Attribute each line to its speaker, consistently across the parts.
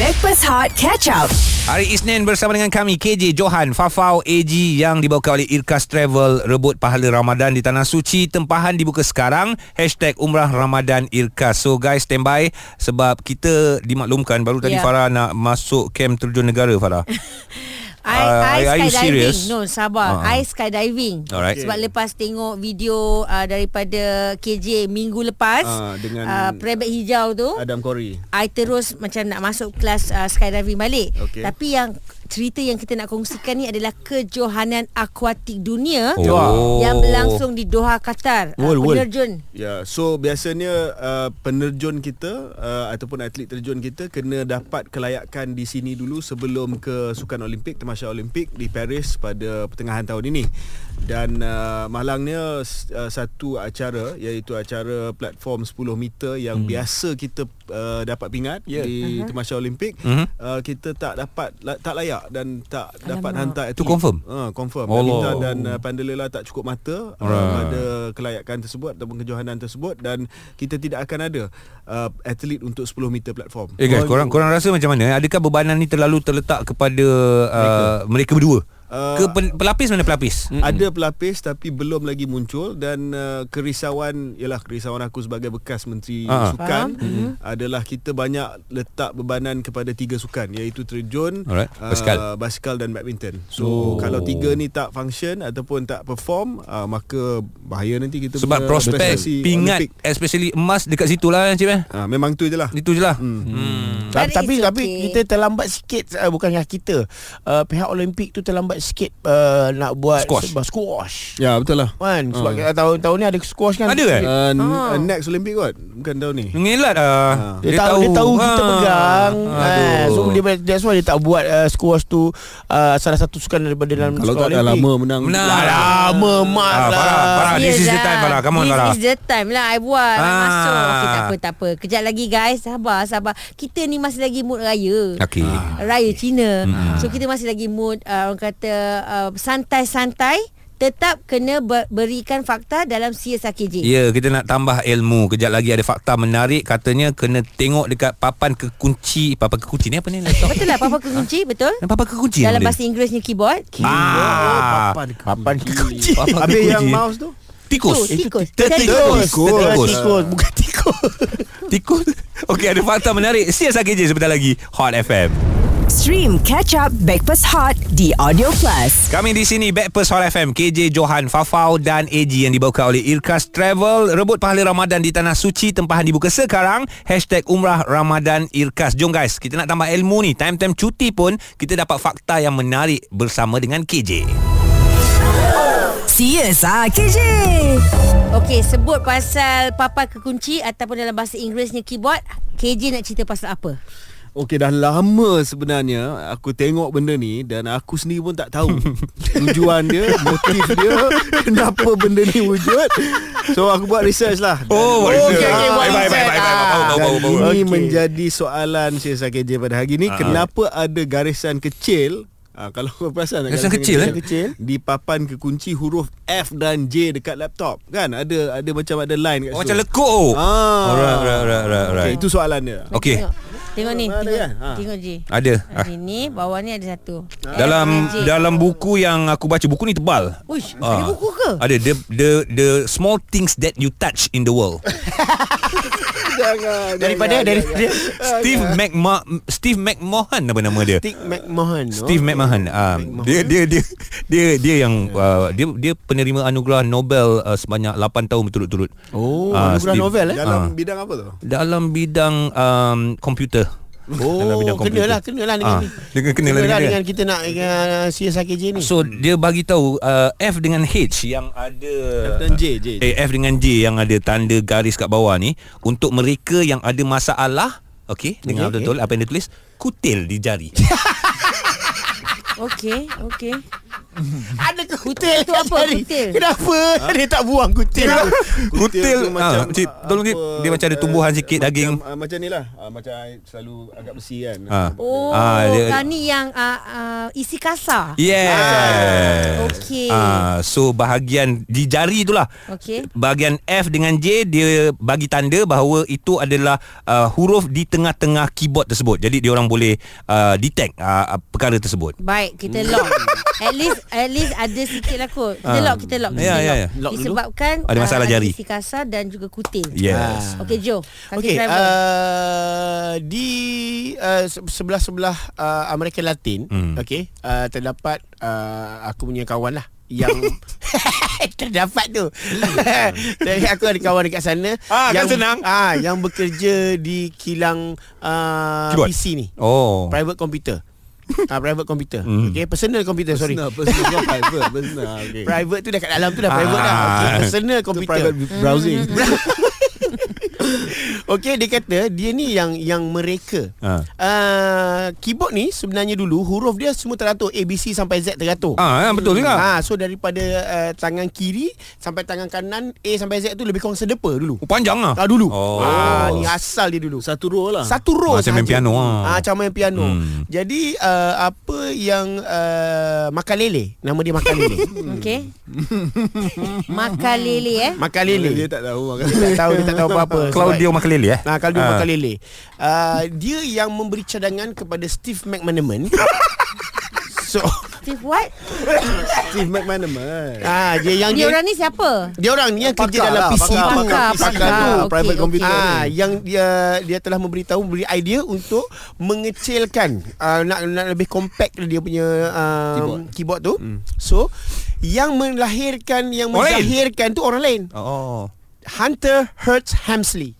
Speaker 1: Backpass Hot Catch Up.
Speaker 2: Hari Isnin bersama dengan kami KJ Johan Fafau AG yang dibawa oleh Irkas Travel rebut pahala Ramadan di Tanah Suci tempahan dibuka sekarang hashtag Umrah Ramadan Irkas so guys standby sebab kita dimaklumkan baru tadi
Speaker 3: Ya.
Speaker 2: Farah nak masuk kem terjun negara Farah
Speaker 3: I,
Speaker 2: Uh,
Speaker 3: I
Speaker 2: are
Speaker 3: skydiving.
Speaker 2: you serious?
Speaker 3: No, sabar.
Speaker 2: Ah.
Speaker 3: Uh-huh. I skydiving.
Speaker 2: Alright.
Speaker 3: Sebab lepas tengok video uh, daripada KJ minggu lepas
Speaker 4: Ah, dengan-
Speaker 3: uh, perebet hijau tu,
Speaker 4: Adam Corey
Speaker 3: I terus macam nak masuk kelas uh, skydiving balik.
Speaker 4: Okey.
Speaker 3: Tapi yang cerita yang kita nak kongsikan ni adalah kejohanan akuatik dunia
Speaker 2: Oh.
Speaker 3: yang berlangsung di Doha, Qatar. Uh,
Speaker 2: World, world.
Speaker 3: penerjun.
Speaker 4: Ya, so biasanya uh, penerjun kita uh, ataupun atlet terjun kita kena dapat kelayakan di sini dulu sebelum ke Sukan Olimpik, Temasya Olimpik di Paris pada pertengahan tahun ini. Dan uh, malangnya s- uh, satu acara iaitu acara platform 10 meter yang hmm. biasa kita uh, dapat pingat yeah. di uh-huh. Temasya Olimpik,
Speaker 2: Ya. Mhm.
Speaker 4: uh, kita tak dapat la, tak layak dan tak Alamak. dapat
Speaker 3: Alamak.
Speaker 4: hantar
Speaker 2: Itu
Speaker 4: atlet.
Speaker 2: confirm?
Speaker 4: Uh, confirm.
Speaker 2: Allah.
Speaker 4: Anita dan uh, Pandalela tak cukup mata uh,
Speaker 2: Alright.
Speaker 4: pada kelayakan tersebut ataupun kejohanan tersebut dan kita tidak akan ada uh, atlet untuk 10 meter platform.
Speaker 2: Eh guys korang korang rasa macam mana eh? adakah bebanan ni terlalu terletak kepada uh, mereka. mereka berdua uh,
Speaker 4: Uh, Mm.
Speaker 2: ke pen, pelapis mana pelapis
Speaker 4: Mm-mm. Ada pelapis tapi belum lagi muncul dan uh, kerisauan ialah kerisauan aku sebagai bekas menteri
Speaker 2: Ah.
Speaker 4: uh sukan adalah kita banyak letak bebanan kepada tiga sukan iaitu terjun,
Speaker 2: Alright. Basikal.
Speaker 4: uh, basikal dan badminton. So
Speaker 2: Oh.
Speaker 4: oh. kalau tiga ni tak function ataupun tak perform uh, maka bahaya nanti kita
Speaker 2: sebab
Speaker 4: punya
Speaker 2: prospek
Speaker 4: prestasi
Speaker 2: pingat
Speaker 4: Olimpik.
Speaker 2: especially emas dekat situ lah Encik eh
Speaker 4: Ah, memang tu je lah.
Speaker 2: itu je lah
Speaker 4: Hmm.
Speaker 2: hmm.
Speaker 3: But
Speaker 5: Tapi
Speaker 3: it's
Speaker 5: tapi, okay. tapi
Speaker 3: okay.
Speaker 5: kita terlambat sikit uh, bukannya kita. Uh, pihak Olimpik tu terlambat sikit uh, nak buat
Speaker 2: Squash. Hmm.
Speaker 5: sebab squash.
Speaker 4: Ya betul lah.
Speaker 5: Kan sebab
Speaker 4: Ah.
Speaker 5: uh. tahun-tahun ni ada squash kan.
Speaker 2: Ada, eh?
Speaker 4: Uh,
Speaker 3: Ah.
Speaker 4: uh. Next Olympic kot Bukan tahun ni
Speaker 2: Ngelat ah.
Speaker 5: Dia, dia tahu, dia tahu kita pegang. Uh, so dia that's why dia tak buat uh, squash tu uh, salah satu sukan daripada dalam
Speaker 4: Kalau tak
Speaker 5: sukan
Speaker 4: dah
Speaker 5: Olimpik.
Speaker 4: lama menang
Speaker 2: Menang.
Speaker 5: Dah lama mat
Speaker 2: Ah,
Speaker 5: lah.
Speaker 2: Farah, Farah, this is the
Speaker 3: Yelah.
Speaker 2: time Farah. Come on
Speaker 3: lah. this
Speaker 2: Farah.
Speaker 3: is the time lah I buat I
Speaker 2: Ah.
Speaker 3: masuk Okay tak apa tak apa Kejap lagi guys Sabar sabar Kita ni masih lagi mood raya Ah,
Speaker 2: Okey. Hmm.
Speaker 3: Raya Cina So kita masih lagi mood uh, Orang kata uh, Santai-santai Tetap kena ber- berikan fakta Dalam CSR KJ
Speaker 2: Ya, kita nak tambah ilmu. Kejap lagi ada fakta menarik. Katanya kena tengok dekat papan kekunci. Papan kekunci ni apa ni? Laptop?
Speaker 3: Betul lah Papa kekunci Betul
Speaker 2: papan kekunci.
Speaker 3: Dalam
Speaker 2: boleh?
Speaker 3: bahasa Inggerisnya keyboard
Speaker 2: Ah.
Speaker 5: Oh, Papan kekunci.
Speaker 2: Papan
Speaker 4: Habis
Speaker 2: kekunci.
Speaker 4: yang mouse tu
Speaker 2: tikus.
Speaker 3: Tu, tikus.
Speaker 5: Tertikus.
Speaker 4: Tertikus.
Speaker 5: Tertikus. Bukan tikus.
Speaker 2: Tikus. Okey, ada fakta menarik. CSR KJ sebentar lagi. Hot FM.
Speaker 1: Stream Catch Up Backpass Hot di Audio Plus.
Speaker 2: Kami di sini Backpast Hot FM KJ Johan Fafau dan AG yang dibawa oleh Irkas Travel rebut pahala Ramadan di Tanah Suci tempahan dibuka sekarang hashtag Umrah Ramadan Irkas jom guys kita nak tambah ilmu ni time-time cuti pun kita dapat fakta yang menarik bersama dengan KJ
Speaker 1: CSR KJ.
Speaker 3: Okey, sebut pasal papan kekunci ataupun dalam bahasa Inggerisnya keyboard, KJ nak cerita pasal apa?
Speaker 4: Okey dah lama sebenarnya aku tengok benda ni dan aku sendiri pun tak tahu tujuan dia, motif dia, kenapa benda ni wujud. So aku buat research lah.
Speaker 2: Oh,
Speaker 4: Dan-
Speaker 5: research. okey, okey, buat
Speaker 2: baik baik baik baik
Speaker 5: research.
Speaker 2: baik baik,
Speaker 5: Ah.
Speaker 4: Dan
Speaker 2: baik, baik, baik.
Speaker 4: ini
Speaker 5: Okey.
Speaker 4: menjadi soalan CSR KJ pada hari
Speaker 2: Ah.
Speaker 4: ini Kenapa ada garisan kecil Ah, kalau kau perasan
Speaker 2: Garisan kecil, eh?
Speaker 5: Kecil.
Speaker 4: Di papan kekunci huruf F dan J dekat laptop Kan ada ada macam ada line kat
Speaker 2: Oh,
Speaker 4: situ
Speaker 2: macam lekuk
Speaker 4: Ah.
Speaker 2: Alright, alright, alright, alright, alright.
Speaker 4: okay, Itu soalan dia
Speaker 2: Okey
Speaker 3: Tengok. Tengok ni,
Speaker 4: Mana
Speaker 3: tengok,
Speaker 4: kan? Ha.
Speaker 3: tengok J.
Speaker 2: ada ah.
Speaker 3: Ini bawah ni ada satu.
Speaker 2: dalam
Speaker 3: KJ.
Speaker 2: dalam buku yang aku baca buku ni tebal
Speaker 3: Uish,
Speaker 2: Ah.
Speaker 3: ada buku ke?
Speaker 2: Ada the the the small things that you touch in the world.
Speaker 4: Jangan
Speaker 3: Ya,
Speaker 5: Daripada
Speaker 4: jangan,
Speaker 5: daripada
Speaker 2: Steve
Speaker 5: ya.
Speaker 2: McMa Steve McMahon apa nama dia?
Speaker 5: Steve McMahon.
Speaker 2: Steve McMahon. Um, dia dia dia dia dia yang
Speaker 5: Ya.
Speaker 2: uh, dia dia penerima anugerah Nobel uh, sebanyak 8 tahun berturut-turut.
Speaker 5: Oh,
Speaker 2: Ah,
Speaker 5: anugerah
Speaker 2: Steve.
Speaker 5: novel
Speaker 4: jangan.
Speaker 5: eh.
Speaker 4: Dalam
Speaker 2: Ah.
Speaker 4: bidang apa tu?
Speaker 2: Dalam bidang um, komputer. Dalam bidang
Speaker 5: Oh,
Speaker 2: komputer.
Speaker 5: kenalah, kenalah dengan
Speaker 2: Ah,
Speaker 5: ni. lah
Speaker 2: dengan- kenalah dengan dia.
Speaker 5: dengan kita nak dengan CSR KJ ni.
Speaker 2: So dia bagi tahu uh, F dengan H yang ada
Speaker 4: Dan J, J, J.
Speaker 2: eh, F dengan J yang ada tanda garis kat bawah ni untuk mereka yang ada masalah okey dengan
Speaker 5: Okey,
Speaker 2: betul apa yang dia tulis kutil di jari.
Speaker 3: Okey, okey.
Speaker 5: Ada kutil
Speaker 3: tu apa,
Speaker 5: Tadi.
Speaker 3: kutil?
Speaker 5: Kenapa
Speaker 2: Ah.
Speaker 5: Dia tak buang kutil tu
Speaker 2: Kutil,
Speaker 4: tu
Speaker 2: ah, cik, tolong cik. Dia macam ada tumbuhan sikit
Speaker 4: macam,
Speaker 2: daging.
Speaker 4: ah, Macam ni lah ah, Macam I selalu agak besi kan
Speaker 2: Ah.
Speaker 3: Oh, ah,
Speaker 2: Ah, dia-
Speaker 3: ni yang uh, uh, isi kasar.
Speaker 2: Yes. Ah,
Speaker 3: Okey.
Speaker 2: Ah, so bahagian di jari itulah.
Speaker 3: Okey.
Speaker 2: Bahagian F dengan J dia bagi tanda bahawa itu adalah uh, huruf di tengah-tengah keyboard tersebut. Jadi dia orang boleh uh, detect uh, perkara tersebut.
Speaker 3: Baik, kita lock. at least at least ada sikit lah kot. Kita
Speaker 2: Hmm. Ah.
Speaker 3: lock, kita lock. Kita
Speaker 2: Ya,
Speaker 3: lock.
Speaker 2: ya, ya.
Speaker 5: Lock dulu.
Speaker 3: Disebabkan
Speaker 2: Ada
Speaker 3: ah,
Speaker 2: masalah jari.
Speaker 3: isi kasar dan juga kutil.
Speaker 2: Yes.
Speaker 3: Okey, Joe. Kaki
Speaker 5: Okey,
Speaker 3: travel.
Speaker 5: uh, di uh, se- sebelah-sebelah uh, Amerika Latin,
Speaker 2: Hmm.
Speaker 5: hmm. okey, uh, terdapat uh, aku punya kawan lah yang terdapat tu. Jadi aku ada kawan dekat sana
Speaker 2: Ah, kan senang.
Speaker 5: Ah, yang bekerja di kilang uh,
Speaker 2: Keyboard.
Speaker 5: PC ni,
Speaker 2: Oh.
Speaker 5: private computer. Ah, private computer.
Speaker 2: Hmm.
Speaker 5: Okey, personal computer, sorry.
Speaker 4: Personal, personal private Personal okay.
Speaker 5: Private tu dah kat dalam tu dah private dah. Okey,
Speaker 2: Ah.
Speaker 5: personal
Speaker 4: Itu
Speaker 5: computer. Hmm.
Speaker 4: private browsing
Speaker 5: Okey dia kata dia ni yang yang mereka.
Speaker 2: Ha.
Speaker 5: Ha. Uh, keyboard ni sebenarnya dulu huruf dia semua teratur A B C sampai Z teratur.
Speaker 2: Ah, ya, betul juga.
Speaker 5: Ha, so daripada uh, tangan kiri sampai tangan kanan A sampai Z tu lebih kurang sedepa dulu.
Speaker 2: Oh, panjang lah.
Speaker 5: Ah dulu.
Speaker 2: Oh.
Speaker 5: Ah ni asal dia dulu.
Speaker 4: Satu row lah
Speaker 5: Satu row
Speaker 2: Macam main
Speaker 5: sahaja.
Speaker 2: piano, ah.
Speaker 5: ah. Macam main piano
Speaker 2: Hmm.
Speaker 5: Jadi uh, Apa yang uh, Makalele Nama dia Makalele
Speaker 3: Okey. Makan lele eh.
Speaker 5: Makalele
Speaker 4: Dia tak tahu makan
Speaker 5: Dia tak tahu Dia tak tahu apa-apa Sebab-
Speaker 2: Claudio Makalele eh.
Speaker 5: Nah, kalau dia
Speaker 2: Ah.
Speaker 5: makan lele. Uh, dia yang memberi cadangan kepada Steve McManaman. so,
Speaker 3: Steve what?
Speaker 4: Steve McManaman
Speaker 5: ah dia yang
Speaker 3: Dia
Speaker 5: dia,
Speaker 3: orang ni siapa?
Speaker 5: dia orang ni yang kerja
Speaker 4: Pakar
Speaker 5: dalam
Speaker 4: lah,
Speaker 5: PC
Speaker 4: pakar,
Speaker 5: tu.
Speaker 4: pakar,
Speaker 5: Pakar
Speaker 4: pakar
Speaker 5: tu.
Speaker 4: tu
Speaker 3: Ah, okey,
Speaker 4: Private
Speaker 3: okey.
Speaker 4: computer
Speaker 5: Ah,
Speaker 4: ni
Speaker 5: yang dia dia telah memberitahu beri idea untuk mengecilkan uh, nak nak lebih compact dia punya uh,
Speaker 4: Keyboard. Hmm.
Speaker 5: keyboard. keyboard tu. Mm. So yang melahirkan yang
Speaker 2: Orang lain?
Speaker 5: menzahirkan tu orang lain.
Speaker 2: Oh.
Speaker 5: Hunter Hertz Hamsley.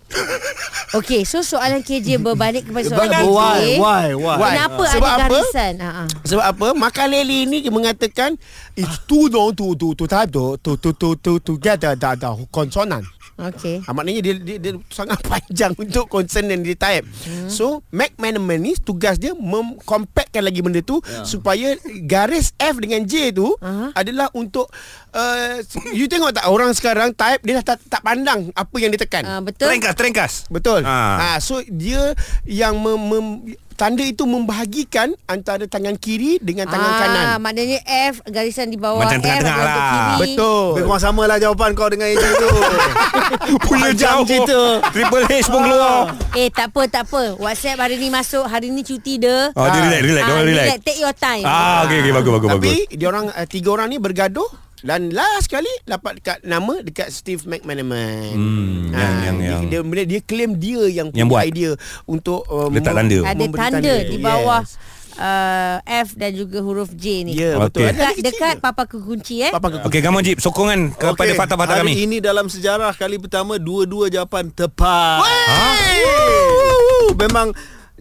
Speaker 3: Okey, so soalan KJ berbalik kepada soalan
Speaker 4: But why?
Speaker 3: KJ.
Speaker 4: Why? Why?
Speaker 5: Why?
Speaker 3: Ah. Kenapa
Speaker 5: Sebab
Speaker 3: ada
Speaker 5: apa?
Speaker 3: garisan? Ha ah.
Speaker 5: Sebab apa? Makalele ni dia mengatakan it's two dong tu tu tu type tu tu tu tu tu together da da konsonan.
Speaker 3: Okey.
Speaker 5: Ha, maknanya dia, dia, dia sangat panjang untuk consonant dia type. Hmm. So McManaman ni tugas dia mengcompactkan lagi benda tu yeah. supaya garis F dengan J tu
Speaker 3: Ya. Aha.
Speaker 5: adalah untuk uh, you tengok tak orang sekarang type dia dah tak, tak pandang apa yang ditekan.
Speaker 3: Ah, betul.
Speaker 2: Terengkas, terengkas.
Speaker 5: Betul.
Speaker 2: Ah.
Speaker 5: Ha. ha so dia yang mem, mem, tanda itu membahagikan antara tangan kiri dengan
Speaker 3: Ah,
Speaker 5: tangan kanan.
Speaker 3: Maknanya F garisan di bawah
Speaker 2: Macam
Speaker 3: F
Speaker 2: tengah-tengah
Speaker 3: adalah untuk
Speaker 2: lah.
Speaker 3: kiri.
Speaker 4: Lebih
Speaker 5: Betul.
Speaker 4: kurang sama lah jawapan kau dengan agent tu
Speaker 2: Punya
Speaker 5: Panjang cerita.
Speaker 2: Triple H pun keluar.
Speaker 3: Eh tak apa tak apa WhatsApp hari ni masuk Hari ni cuti dia
Speaker 2: Oh, dia
Speaker 5: Ah.
Speaker 2: relax, relax. Dia
Speaker 3: Ah,
Speaker 2: orang relax.
Speaker 3: Take your time
Speaker 2: Ah, okey, okey. Bagus, bagus, bagus.
Speaker 5: Tapi dia orang uh, tiga orang ni bergaduh dan last kali dapat dekat nama dekat Steve McManaman. Ha,
Speaker 2: Hmm, yang- yang-
Speaker 5: dia,
Speaker 2: yang-
Speaker 5: dia, dia dia claim dia yang,
Speaker 2: Yang buat.
Speaker 5: punya idea untuk um,
Speaker 2: Letak tanda.
Speaker 3: Ada
Speaker 5: memberi
Speaker 3: tanda di
Speaker 5: Yes.
Speaker 3: bawah uh, F dan juga huruf J ni
Speaker 5: Ya, yeah,
Speaker 2: Okey.
Speaker 5: betul. Ada
Speaker 3: Dekat,
Speaker 5: lagi
Speaker 3: dekat
Speaker 5: cerita.
Speaker 3: Papa Kekunci eh
Speaker 5: Papa ke
Speaker 2: Okey, kamu Jip. Sokongan kepada
Speaker 4: Okey,
Speaker 2: fakta-fakta
Speaker 4: hari
Speaker 2: kami.
Speaker 4: ini dalam sejarah kali pertama dua-dua jawapan tepat.
Speaker 2: Ha?
Speaker 4: Woo! Memang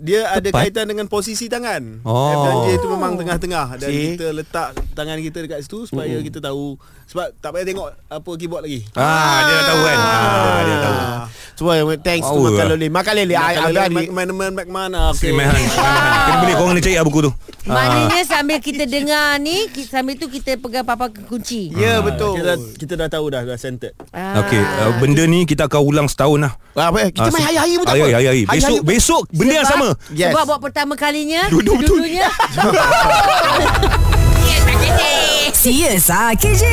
Speaker 4: dia ada
Speaker 2: Tepat?
Speaker 4: kaitan Eh, dengan posisi tangan.
Speaker 2: Oh.
Speaker 5: Eh,
Speaker 4: F dan J itu memang tengah-tengah dan
Speaker 5: See?
Speaker 4: kita letak tangan kita dekat situ supaya kita tahu sebab tak payah tengok apa keyboard lagi.
Speaker 2: Ah, dia dah tahu kan. Ah, dia dah tahu.
Speaker 5: Cuba thanks
Speaker 2: Power
Speaker 5: to makan
Speaker 2: lah.
Speaker 5: lele. Makan lele. I-
Speaker 4: Ah,
Speaker 5: I- I- I-
Speaker 4: Macman Macman
Speaker 2: Sri Mehan. Kena beli korang kena cari lah buku tu.
Speaker 5: Ah.
Speaker 3: Maknanya sambil kita dengar ni ki- Sambil tu kita pegang Papa Kekunci
Speaker 4: Ah,
Speaker 5: Ya betul.
Speaker 4: Kita, kita dah tahu dah dah centered.
Speaker 3: Ah.
Speaker 2: Okey, uh, benda ni kita akan ulang setahun lah.
Speaker 5: Apa
Speaker 2: Ah,
Speaker 5: kita main
Speaker 2: se-
Speaker 5: hari-hari pun tak apa.
Speaker 2: Hari-hari, hari-hari. Besok
Speaker 5: pun-
Speaker 2: besok benda yang sama.
Speaker 5: Yes.
Speaker 3: Sebab buat pertama kalinya
Speaker 2: Dua-dua betul.
Speaker 3: Dulunya
Speaker 1: Serius ah KJ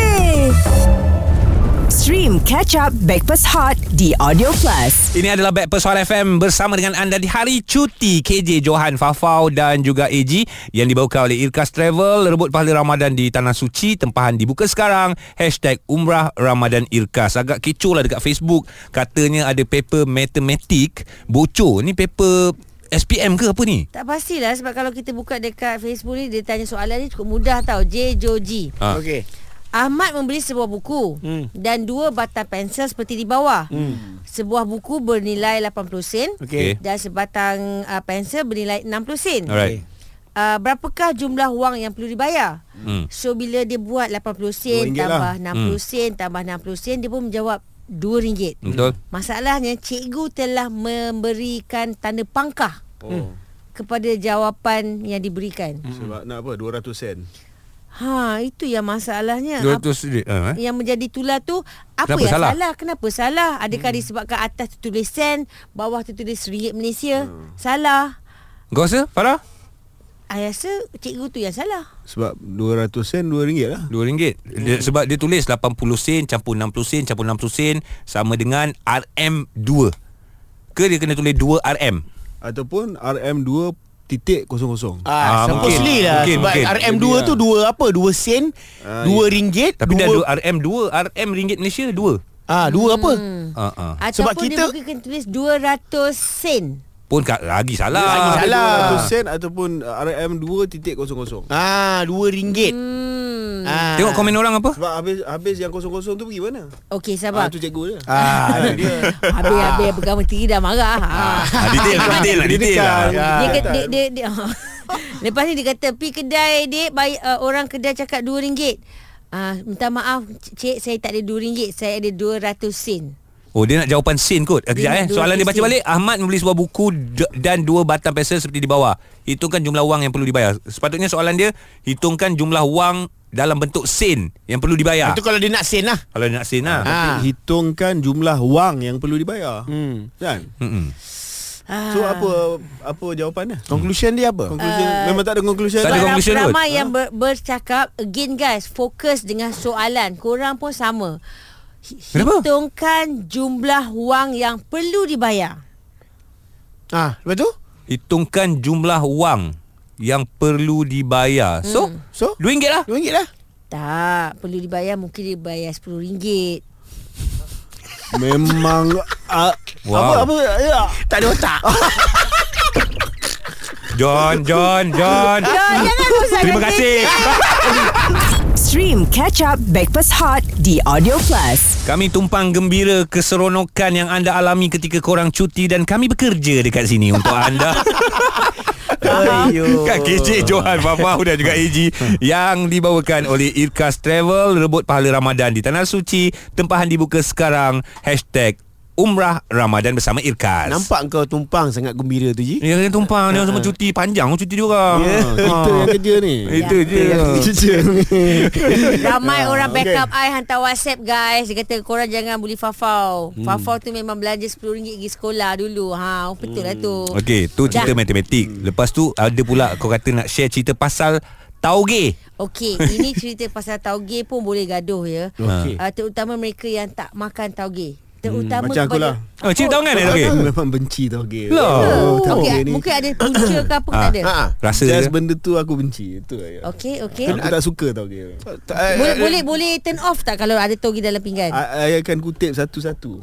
Speaker 1: Stream Catch Up Backpass Hot di Audio Plus
Speaker 2: Ini adalah Backpast Hot FM bersama dengan anda di hari cuti KJ Johan Fafau dan juga AG yang dibawakan oleh Irkas Travel rebut pahala Ramadan di Tanah Suci tempahan dibuka sekarang hashtag Umrah Ramadan Irkas agak kecoh lah dekat Facebook katanya ada paper matematik bocor ni paper SPM ke apa ni
Speaker 3: Tak pastilah sebab kalau kita buka dekat Facebook ni Dia tanya soalan ni cukup mudah tau J, Jo, G
Speaker 2: Ah.
Speaker 5: Okey.
Speaker 3: Ahmad membeli sebuah buku hmm. dan dua batang pensel seperti di bawah. Hmm. Sebuah buku bernilai 80 sen
Speaker 5: Okey.
Speaker 3: dan sebatang uh, pensel bernilai 60 sen.
Speaker 2: Alright.
Speaker 3: Uh, berapakah jumlah wang yang perlu dibayar?
Speaker 2: Hmm.
Speaker 3: So bila dia buat 80 sen
Speaker 4: RM2
Speaker 3: tambah lah.
Speaker 4: lah.
Speaker 3: 60 hmm. sen tambah 60 sen dia pun menjawab RM2.
Speaker 2: Betul.
Speaker 3: Masalahnya cikgu telah memberikan tanda pangkah
Speaker 4: Oh. Hmm.
Speaker 3: kepada jawapan yang diberikan.
Speaker 4: Sebab nak apa 200 sen.
Speaker 3: Ha, itu yang masalahnya. Apa-
Speaker 2: 200 ringgit. Ha, eh?
Speaker 3: yang menjadi tular tu apa
Speaker 2: Kenapa
Speaker 3: yang salah?
Speaker 2: salah?
Speaker 3: salah kenapa salah adakah hmm. disebabkan atas tu tulis sen bawah tu tulis ringgit Malaysia hmm. salah
Speaker 2: Kau rasa Farah?
Speaker 3: saya rasa cikgu tu yang salah
Speaker 4: Sebab 200 sen 2 ringgit lah
Speaker 2: RM2 dia, Sebab dia tulis 80 sen Campur 60 sen Campur 60 sen Sama dengan RM2 Ke dia kena tulis 2 RM
Speaker 4: Ataupun RM2 titik kosong kosong
Speaker 2: Ah,
Speaker 5: Ah, supposedly
Speaker 2: mungkin,
Speaker 5: lah
Speaker 2: mungkin,
Speaker 5: mungkin, sebab
Speaker 2: mungkin.
Speaker 5: RM2
Speaker 4: Maybe
Speaker 5: tu
Speaker 4: lah.
Speaker 5: dua apa? Dua sen,
Speaker 4: Ah,
Speaker 5: dua ringgit,
Speaker 2: Tapi
Speaker 5: dua,
Speaker 2: dah dua RM2 RM ringgit Malaysia 2
Speaker 5: ah dua apa?
Speaker 2: uh, uh.
Speaker 5: Sebab
Speaker 3: ataupun
Speaker 5: kita-
Speaker 3: dia mungkin kena tulis 200 sen
Speaker 2: Pun ka- lagi salah
Speaker 5: Lagi salah.
Speaker 4: RM200 sen ataupun uh, RM2 titik kosong kosong
Speaker 5: Ah, dua ringgit.
Speaker 3: hmm.
Speaker 5: Ah.
Speaker 2: Tengok komen orang apa
Speaker 4: Sebab habis habis yang kosong-kosong tu pergi mana?
Speaker 3: okey
Speaker 4: Ah,
Speaker 3: sabar
Speaker 4: tu cikgu je.
Speaker 5: Ah,
Speaker 4: Ah, dia.
Speaker 3: habis-habis bergama tinggi dah marah ha.
Speaker 2: ah, Detail lah Detail lah Detail lah
Speaker 3: Dia, ke, dia, dia, dia Lepas ni dia kata Pergi kedai dek bayi, uh, Orang kedai cakap RM2 uh, Minta maaf Cik saya tak ada RM2 Saya ada 200 sen
Speaker 2: Oh dia nak jawapan sin kot Eh, Kejap
Speaker 3: Dia
Speaker 2: eh
Speaker 3: nak dua
Speaker 2: Soalan dia baca
Speaker 3: sen.
Speaker 2: balik Ahmad membeli sebuah buku d- Dan dua batang pensel Seperti di bawah Hitungkan jumlah wang yang perlu dibayar Sepatutnya soalan dia Hitungkan jumlah wang Dalam bentuk sen Yang perlu dibayar
Speaker 5: Itu kalau dia nak sen lah.
Speaker 2: Kalau dia nak sin lah
Speaker 5: Ah.
Speaker 4: Hitungkan jumlah wang yang perlu dibayar. Hmm. Kan?
Speaker 2: Mm-mm.
Speaker 3: Ah.
Speaker 4: So apa apa jawapannya?
Speaker 5: Conclusion dia apa?
Speaker 4: Conclusion uh, memang tak ada conclusion.
Speaker 2: Tak ada
Speaker 4: lah.
Speaker 2: conclusion. conclusion
Speaker 3: Ramai
Speaker 2: kot. Ah.
Speaker 3: yang ber, bercakap Again guys Fokus dengan soalan Korang pun sama Hi-
Speaker 2: Kenapa?
Speaker 3: Hitungkan jumlah wang Yang perlu dibayar
Speaker 5: Ah, lepas tu?
Speaker 2: Hitungkan jumlah wang Yang perlu dibayar So
Speaker 5: So,
Speaker 2: RM2 lah
Speaker 5: dua ringgit lah.
Speaker 3: Tak Perlu dibayar Mungkin dia bayar RM10
Speaker 4: Memang ah,
Speaker 2: Wow.
Speaker 4: apa apa ya.
Speaker 5: Tak ada otak.
Speaker 2: John John John
Speaker 3: Jangan usah
Speaker 2: Terima kasih
Speaker 1: Stream Catch Up Backpass Hot di Audio Plus.
Speaker 2: Kami tumpang gembira keseronokan yang anda alami ketika korang cuti dan kami bekerja dekat sini untuk anda. Kan KJ Johan Fafau dan juga AG Yang dibawakan oleh Irkas Travel Rebut pahala Ramadan di Tanah Suci Tempahan dibuka sekarang Hashtag Umrah Ramadan bersama Irkas
Speaker 5: Nampak kau tumpang sangat gembira tu, Ji.
Speaker 2: Ya kan tumpang Dia semua cuti panjang Cuti dia orang Ha.
Speaker 4: Ah, kita yang Ya. kerja ni.
Speaker 2: Itu je
Speaker 4: Kerja ni.
Speaker 3: Ramai orang
Speaker 4: okay.
Speaker 3: backup okay. I hantar WhatsApp guys. Dia kata korang jangan bully Fafau. Hmm. Fafau tu memang belanja RM10 pergi sekolah dulu. Ha, oh, betul lah tu.
Speaker 2: Hmm. Okey, tu cerita
Speaker 3: Dah.
Speaker 2: matematik. Lepas tu ada pula kau kata nak share cerita pasal tauge.
Speaker 3: Okey, ini cerita pasal tauge pun boleh gaduh ya.
Speaker 4: Okey.
Speaker 3: Uh, terutama mereka yang tak makan tauge. Terutama
Speaker 4: macam akulah.
Speaker 2: Oh, cerita tahu kan tauge?
Speaker 4: Eh, Aku memang benci tau game.
Speaker 2: Lah.
Speaker 3: Oh,
Speaker 4: Tahu
Speaker 3: okey,
Speaker 4: game ni.
Speaker 3: mungkin ada punca ke apa ke tak ada.
Speaker 4: Ah.
Speaker 5: Ha.
Speaker 2: Rasa dia.
Speaker 4: Just benda tu aku benci. Itu aja.
Speaker 3: Okey, okey.
Speaker 4: Aku tak suka tau game.
Speaker 3: Boleh boleh boleh turn off tak kalau ada tauge dalam pinggan?
Speaker 4: Saya akan kutip satu-satu.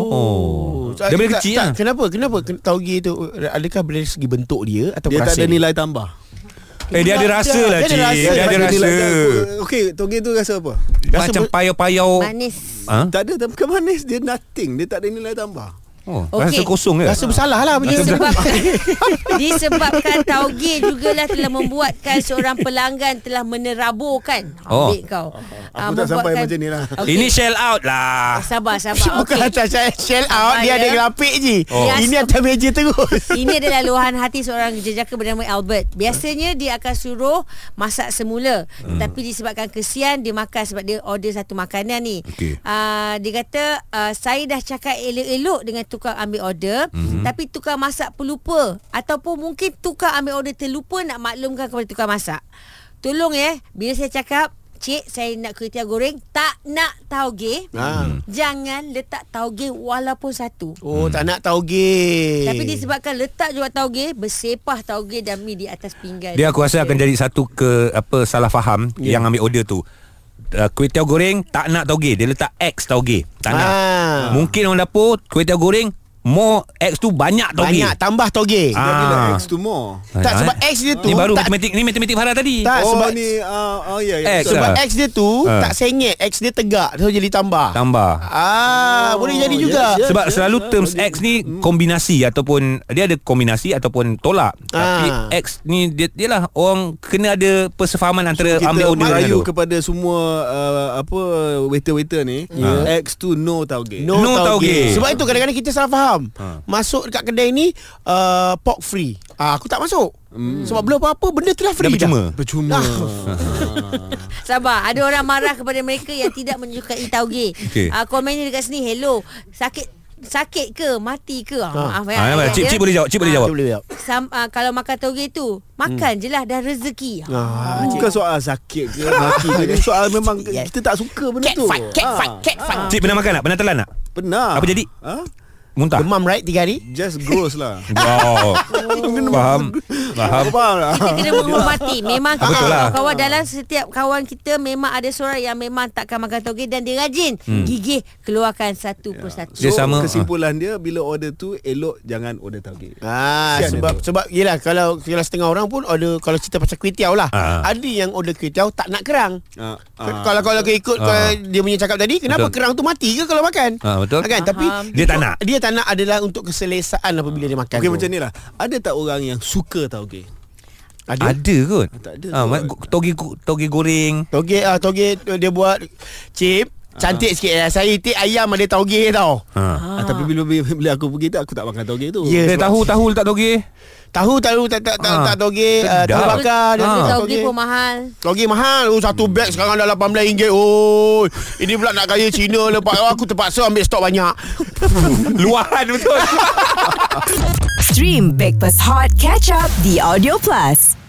Speaker 2: Oh. Dia Daripada kecil lah.
Speaker 5: Kenapa? Kenapa Ken- tauge tu adakah dari segi bentuk dia atau
Speaker 4: Dia
Speaker 5: rasa?
Speaker 4: tak ada nilai tambah.
Speaker 2: Eh, dia ada rasa lah,
Speaker 5: Dia ada
Speaker 2: cik.
Speaker 5: rasa.
Speaker 2: Dia ada
Speaker 4: tak
Speaker 2: rasa.
Speaker 4: nilai tambah. Okey, toge tu rasa apa?
Speaker 5: Rasa
Speaker 2: Macam
Speaker 5: ber-
Speaker 2: payau-payau.
Speaker 3: Manis.
Speaker 2: Ha?
Speaker 4: Tak ada bukan manis Dia nothing Dia tak ada nilai tambah
Speaker 2: Oh,
Speaker 3: Okey.
Speaker 2: Rasa kosong ke?
Speaker 5: Rasa bersalah lah benda tu.
Speaker 3: Disebabkan Disebabkan tauge jugalah telah membuatkan seorang pelanggan telah menerabukan
Speaker 2: Oh.
Speaker 3: ambil kau. Ah,
Speaker 4: Aku tak sampai macam ni lah.
Speaker 3: Okey.
Speaker 2: Ini shell out lah.
Speaker 3: sabar sabar.
Speaker 5: Bukan
Speaker 3: Okey.
Speaker 5: atas saya shell out
Speaker 3: Sabar,
Speaker 5: Dia
Speaker 3: ya.
Speaker 5: ada grafik je
Speaker 2: Oh.
Speaker 5: Ini
Speaker 3: Yes.
Speaker 5: atas meja terus
Speaker 3: Ini adalah luahan hati seorang jejaka bernama Albert. Biasanya dia akan suruh masak semula. Hmm. Tapi disebabkan kesian dia makan sebab dia order satu makanan ni.
Speaker 2: Okey.
Speaker 3: Uh, dia kata uh, saya dah cakap elok-elok dengan tukang ambil order hmm. tapi tukang masak pelupa ataupun mungkin tukang ambil order terlupa nak maklumkan kepada tukang masak. Tolong ya bila saya cakap Cik, saya nak kuih goreng. Tak nak tauge.
Speaker 5: Ah.
Speaker 3: Hmm. Jangan letak tauge walaupun satu.
Speaker 5: Oh tak
Speaker 2: Eh.
Speaker 5: nak tauge
Speaker 3: Tapi disebabkan letak jual tauge, bersepah tauge dan mi di atas pinggan.
Speaker 2: Dia aku rasa akan jadi satu ke apa salah faham
Speaker 5: Ya.
Speaker 2: yang ambil order tu. Uh, kuih tiaw goreng tak nak tauge. Dia letak X tauge. Tak nak.
Speaker 5: Ah.
Speaker 2: Mungkin orang dapur kuih tiaw goreng more X tu banyak tauge.
Speaker 5: Banyak tambah
Speaker 4: Dia
Speaker 5: tauge
Speaker 4: bila
Speaker 2: Ah.
Speaker 4: X to more
Speaker 5: Tak sebab X dia tu
Speaker 2: Ni baru
Speaker 5: tak,
Speaker 2: matematik Ni matematik Farah tadi
Speaker 5: tak,
Speaker 4: Oh
Speaker 5: sebab
Speaker 4: sebab ni uh, Oh ya yeah,
Speaker 2: Ah, X
Speaker 4: yeah,
Speaker 5: Sebab
Speaker 2: lah.
Speaker 5: X dia tu
Speaker 2: Ah.
Speaker 5: Tak sengit X dia tegak So jadi tambah
Speaker 2: Tambah
Speaker 5: Ah, boleh jadi juga.
Speaker 4: yes, yes.
Speaker 2: Sebab
Speaker 4: Ya,
Speaker 2: selalu
Speaker 4: ya,
Speaker 2: terms
Speaker 4: boleh.
Speaker 2: X ni Kombinasi ataupun Dia ada kombinasi Ataupun tolak Tapi
Speaker 5: Ah.
Speaker 2: X ni Dia, dia lah Orang kena ada Persefahaman antara
Speaker 4: Kita
Speaker 2: Ambil order dengan
Speaker 4: merayu
Speaker 2: tu
Speaker 4: kepada semua uh, Apa Waiter-waiter ni X to no tau game
Speaker 2: No tauge.
Speaker 5: Sebab itu kadang-kadang kita salah faham faham ha. Masuk dekat kedai ni uh, Pork free uh, Aku tak masuk hmm. Sebab belum apa-apa Benda tu dah free
Speaker 2: Dah percuma
Speaker 4: Percuma
Speaker 3: Sabar Ada orang marah kepada mereka Yang tidak menyukai tauge
Speaker 2: Okey.
Speaker 3: uh, Komennya dekat sini Hello Sakit Sakit ke Mati ke ha.
Speaker 2: Ah, nampak? Cik, cik boleh jawab Cik boleh jawab
Speaker 5: Dia boleh jawab
Speaker 3: Sam, uh, Kalau makan tauge tu Makan hmm. je lah Dah rezeki ha.
Speaker 5: Ah,
Speaker 4: Bukan soal sakit ke Mati ke Ini soal memang Kita tak suka benda
Speaker 5: Cat
Speaker 4: tu
Speaker 5: fight Cat
Speaker 4: Ah,
Speaker 5: fight Cat fight
Speaker 2: Cik pernah makan tak? Pernah telan tak?
Speaker 4: Pernah
Speaker 2: Apa jadi?
Speaker 4: Ha?
Speaker 2: Muntah
Speaker 5: Demam right tiga hari
Speaker 4: Just gross lah
Speaker 2: Oh Faham Faham
Speaker 4: Kau Faham lah
Speaker 3: Kita kena menghormati Memang
Speaker 2: Ah, betul lah.
Speaker 3: Kawan dalam setiap kawan kita Memang ada seorang yang Memang takkan makan toge Dan dia rajin hmm. Gigih Keluarkan satu persatu
Speaker 2: Dia
Speaker 4: Ya.
Speaker 2: sama-
Speaker 4: Kesimpulan dia Bila order tu Elok jangan order tauge
Speaker 5: Ah,
Speaker 4: Kesian
Speaker 5: sebab sebab yelah kalau kalau setengah orang pun order kalau cerita pasal kuitiau lah.
Speaker 2: Ah.
Speaker 5: Ada yang order kuitiau tak nak kerang.
Speaker 4: Ah,
Speaker 5: Ah.
Speaker 4: ah.
Speaker 5: Kalau kalau kau ikut
Speaker 2: Ah.
Speaker 5: kalau dia punya cakap tadi kenapa
Speaker 2: Betul.
Speaker 5: betul. kerang tu mati ke kalau makan?
Speaker 2: Ah, betul.
Speaker 5: Kan tapi
Speaker 2: Dia tak nak.
Speaker 5: Dia tak nak adalah untuk keselesaan apabila dia makan.
Speaker 4: Okay
Speaker 5: tu.
Speaker 4: macam ni lah Ada tak orang yang suka tauge?
Speaker 5: Ada.
Speaker 2: Ada kot
Speaker 4: Tak ada
Speaker 2: Ah,
Speaker 4: kot.
Speaker 2: mak- Toge toge goreng
Speaker 5: Toge ah toge tu dia buat chip
Speaker 2: Ah.
Speaker 5: cantik sikit eh. Saya itik ayam ada toge tau.
Speaker 2: Ha.
Speaker 4: Ah. Tapi bila, bila aku pergi tu Aku tak makan tauge tu
Speaker 5: Ya,
Speaker 2: Eh,
Speaker 5: sebab-
Speaker 2: tahu tahu letak toge.
Speaker 5: Tahu tahu tak tak tak,
Speaker 2: Ah.
Speaker 5: tak toge ah,
Speaker 2: Sedap.
Speaker 5: tahu bakar dia
Speaker 2: Ah.
Speaker 5: letak
Speaker 3: Tauge pun mahal
Speaker 5: Toge mahal Oh satu bag sekarang dah RM18 Oh Ini pula nak gaya Cina lepas oh, Aku terpaksa ambil stok banyak
Speaker 2: Luahan betul.
Speaker 1: Stream Breakfast Hot Catch Up The Audio Plus.